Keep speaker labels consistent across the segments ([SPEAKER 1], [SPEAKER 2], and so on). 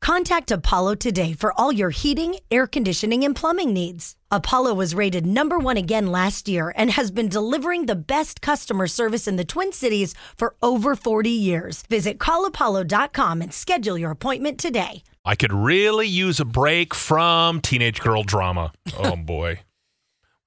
[SPEAKER 1] Contact Apollo today for all your heating, air conditioning, and plumbing needs. Apollo was rated number one again last year and has been delivering the best customer service in the Twin Cities for over 40 years. Visit callapollo.com and schedule your appointment today.
[SPEAKER 2] I could really use a break from teenage girl drama. Oh boy.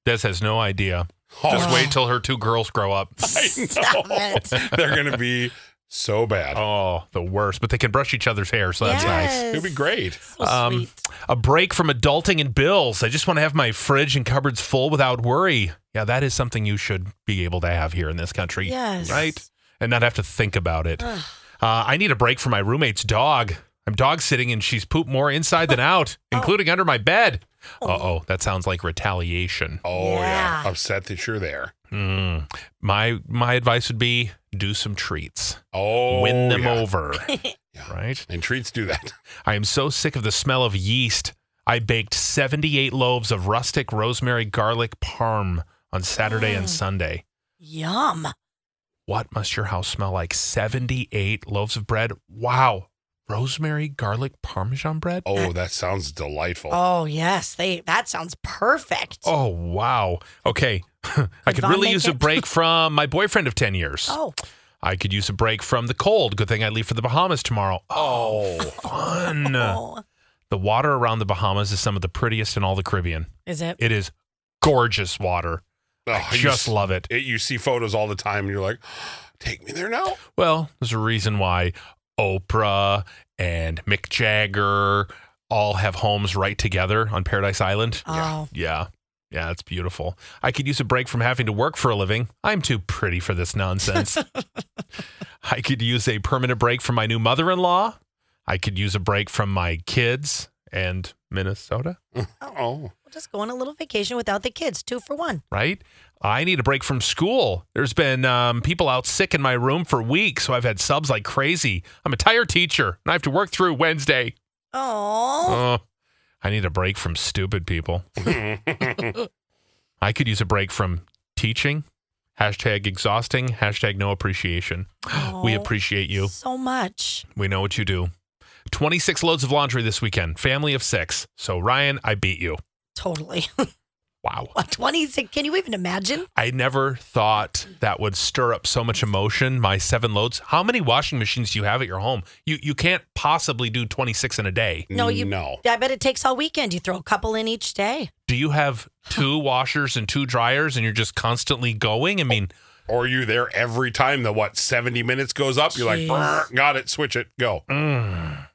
[SPEAKER 2] Des has no idea.
[SPEAKER 3] Oh.
[SPEAKER 2] Just wait till her two girls grow up.
[SPEAKER 1] Oh, Stop it.
[SPEAKER 3] They're going to be so bad.
[SPEAKER 2] Oh, the worst. But they can brush each other's hair, so that's nice.
[SPEAKER 3] It'd be great.
[SPEAKER 1] So
[SPEAKER 2] Um,
[SPEAKER 1] sweet.
[SPEAKER 2] A break from adulting and bills. I just want to have my fridge and cupboards full without worry. Yeah, that is something you should be able to have here in this country.
[SPEAKER 1] Yes.
[SPEAKER 2] Right? And not have to think about it. Uh, I need a break from my roommate's dog. I'm dog sitting and she's pooped more inside than out, including under my bed. Uh oh, that sounds like retaliation.
[SPEAKER 3] Oh, yeah.
[SPEAKER 1] Yeah.
[SPEAKER 3] Upset that you're there.
[SPEAKER 2] Mm. My my advice would be do some treats.
[SPEAKER 3] Oh,
[SPEAKER 2] Win them
[SPEAKER 3] yeah.
[SPEAKER 2] over.
[SPEAKER 3] Yeah.
[SPEAKER 2] Right?
[SPEAKER 3] And treats do that.
[SPEAKER 2] I am so sick of the smell of yeast. I baked 78 loaves of rustic rosemary garlic parm on Saturday and Sunday.
[SPEAKER 1] Yum.
[SPEAKER 2] What must your house smell like? 78 loaves of bread. Wow. Rosemary garlic parmesan bread?
[SPEAKER 3] Oh, that sounds delightful.
[SPEAKER 1] Oh yes, they that sounds perfect.
[SPEAKER 2] Oh, wow. Okay. I
[SPEAKER 1] Could
[SPEAKER 2] could
[SPEAKER 1] Vaughn
[SPEAKER 2] really
[SPEAKER 1] make
[SPEAKER 2] use a
[SPEAKER 1] it?
[SPEAKER 2] break from my boyfriend of 10 years.
[SPEAKER 1] Oh,
[SPEAKER 2] I could use a break from the cold. Good thing I leave for the Bahamas tomorrow.
[SPEAKER 3] Oh.
[SPEAKER 2] Fun.
[SPEAKER 1] oh.
[SPEAKER 2] The water around the Bahamas is some of the prettiest in all the Caribbean.
[SPEAKER 1] is it?
[SPEAKER 2] It is gorgeous water.
[SPEAKER 3] Oh, you
[SPEAKER 2] Just
[SPEAKER 3] s-
[SPEAKER 2] love it.
[SPEAKER 3] it. You see photos all the time and you're like, take me there now.
[SPEAKER 2] Well, there's a reason why Oprah and Mick Jagger all have homes right together on Paradise Island.
[SPEAKER 1] Oh,
[SPEAKER 2] Yeah. Yeah, it's beautiful. I could use a break from having to work for a living. I'm too pretty for this nonsense. I could use a permanent break from my new mother in law. I could use a break from my kids and Minnesota,
[SPEAKER 3] Oh,
[SPEAKER 1] we'll just go on a little vacation without the kids, two for one.
[SPEAKER 2] right? I need a break from school. There's been um, people out sick in my room for weeks, so I've had subs like crazy. I'm a tired teacher and I have to work through Wednesday.
[SPEAKER 1] Oh,
[SPEAKER 2] Oh, I need a break from stupid people. I could use a break from teaching. Hashtag exhausting. Hashtag no appreciation. Uh, We
[SPEAKER 1] Oh.
[SPEAKER 2] appreciate you.
[SPEAKER 1] so much.
[SPEAKER 2] We know what you do. 26 loads of laundry this weekend. Family of six. So, Ryan, I beat you.
[SPEAKER 1] Totally.
[SPEAKER 2] Wow.
[SPEAKER 1] what twenty six? Can you even imagine?
[SPEAKER 2] I never thought that would stir up so much emotion. My seven loads. How many washing machines do you have at your home? You you can't possibly do 26 in a day.
[SPEAKER 1] No, you-
[SPEAKER 3] No.
[SPEAKER 1] I bet it takes all weekend. You throw a couple in each day.
[SPEAKER 2] Do you have two washers and two dryers and you're just constantly going? I mean,
[SPEAKER 3] Or you there every time the what 70 minutes goes up? You're like,
[SPEAKER 1] Jeez.
[SPEAKER 3] "Brr, got it, switch it, go.
[SPEAKER 2] Mm.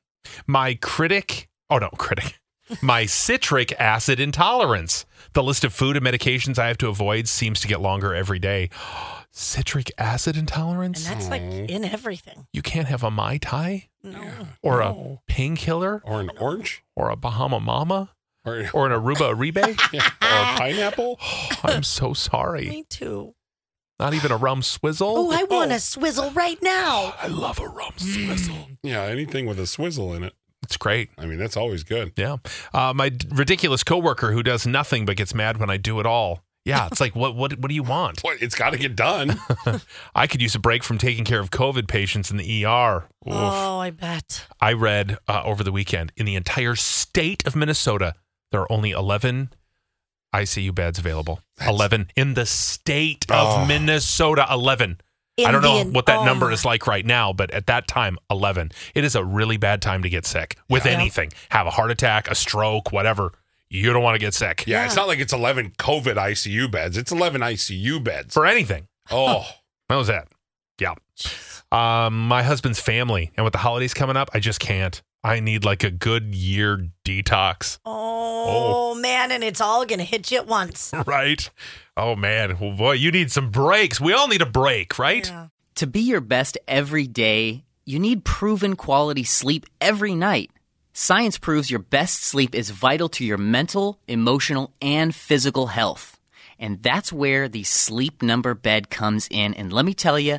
[SPEAKER 2] My critic, oh no, critic, my citric acid intolerance. The list of food and medications I have to avoid seems to get longer every day. citric acid
[SPEAKER 1] And
[SPEAKER 2] intolerance?
[SPEAKER 1] that's like in everything.
[SPEAKER 2] You can't have a Mai Tai
[SPEAKER 1] No.
[SPEAKER 2] or
[SPEAKER 3] No.
[SPEAKER 2] a painkiller
[SPEAKER 3] Or an orange
[SPEAKER 2] or a Bahama Mama
[SPEAKER 3] or, or
[SPEAKER 2] or an Aruba Aribe.
[SPEAKER 3] a pineapple.
[SPEAKER 2] I'm so sorry.
[SPEAKER 1] Me too.
[SPEAKER 2] Not even a rum swizzle.
[SPEAKER 1] Oh, I want a swizzle right now.
[SPEAKER 2] I love a rum swizzle.
[SPEAKER 3] Yeah, anything with a swizzle in it.
[SPEAKER 2] It's great.
[SPEAKER 3] I mean, that's always good.
[SPEAKER 2] Yeah. Uh, my d- ridiculous coworker who does nothing but gets mad when I do it all. Yeah, it's like what what what do you want?
[SPEAKER 3] Boy, it's got to get done.
[SPEAKER 2] I could use a break from taking care of COVID patients in the ER. Oof.
[SPEAKER 1] Oh, I bet.
[SPEAKER 2] I read uh, over the weekend in the entire state of Minnesota, there are only 11 ICU beds available. 11 in the state
[SPEAKER 3] Oh.
[SPEAKER 2] of Minnesota, 11. I don't know
[SPEAKER 1] Indian-
[SPEAKER 2] what that
[SPEAKER 1] oh
[SPEAKER 2] number
[SPEAKER 1] my-
[SPEAKER 2] is like right now, but at that time, 11. It is a really bad time to get sick with
[SPEAKER 1] Yeah.
[SPEAKER 2] anything. Have a heart attack, a stroke, whatever. You don't want to get sick
[SPEAKER 3] Yeah, it's
[SPEAKER 1] Yeah.
[SPEAKER 3] not like it's 11 COVID ICU beds. It's 11 ICU beds.
[SPEAKER 2] for anything.
[SPEAKER 3] Oh,
[SPEAKER 2] That was it. Yeah. Um, my husband's family, and with the holidays coming up, I just can't. I need like a good year detox,
[SPEAKER 1] Oh, man, and it's all gonna hit you at once.
[SPEAKER 2] right? Oh man, well, boy, you need some breaks. We all need a break, right?
[SPEAKER 1] Yeah.
[SPEAKER 4] To be your best every day, you need proven quality sleep every night. Science proves your best sleep is vital to your mental, emotional, and physical health. And that's where the sleep number bed comes in. And let me tell you,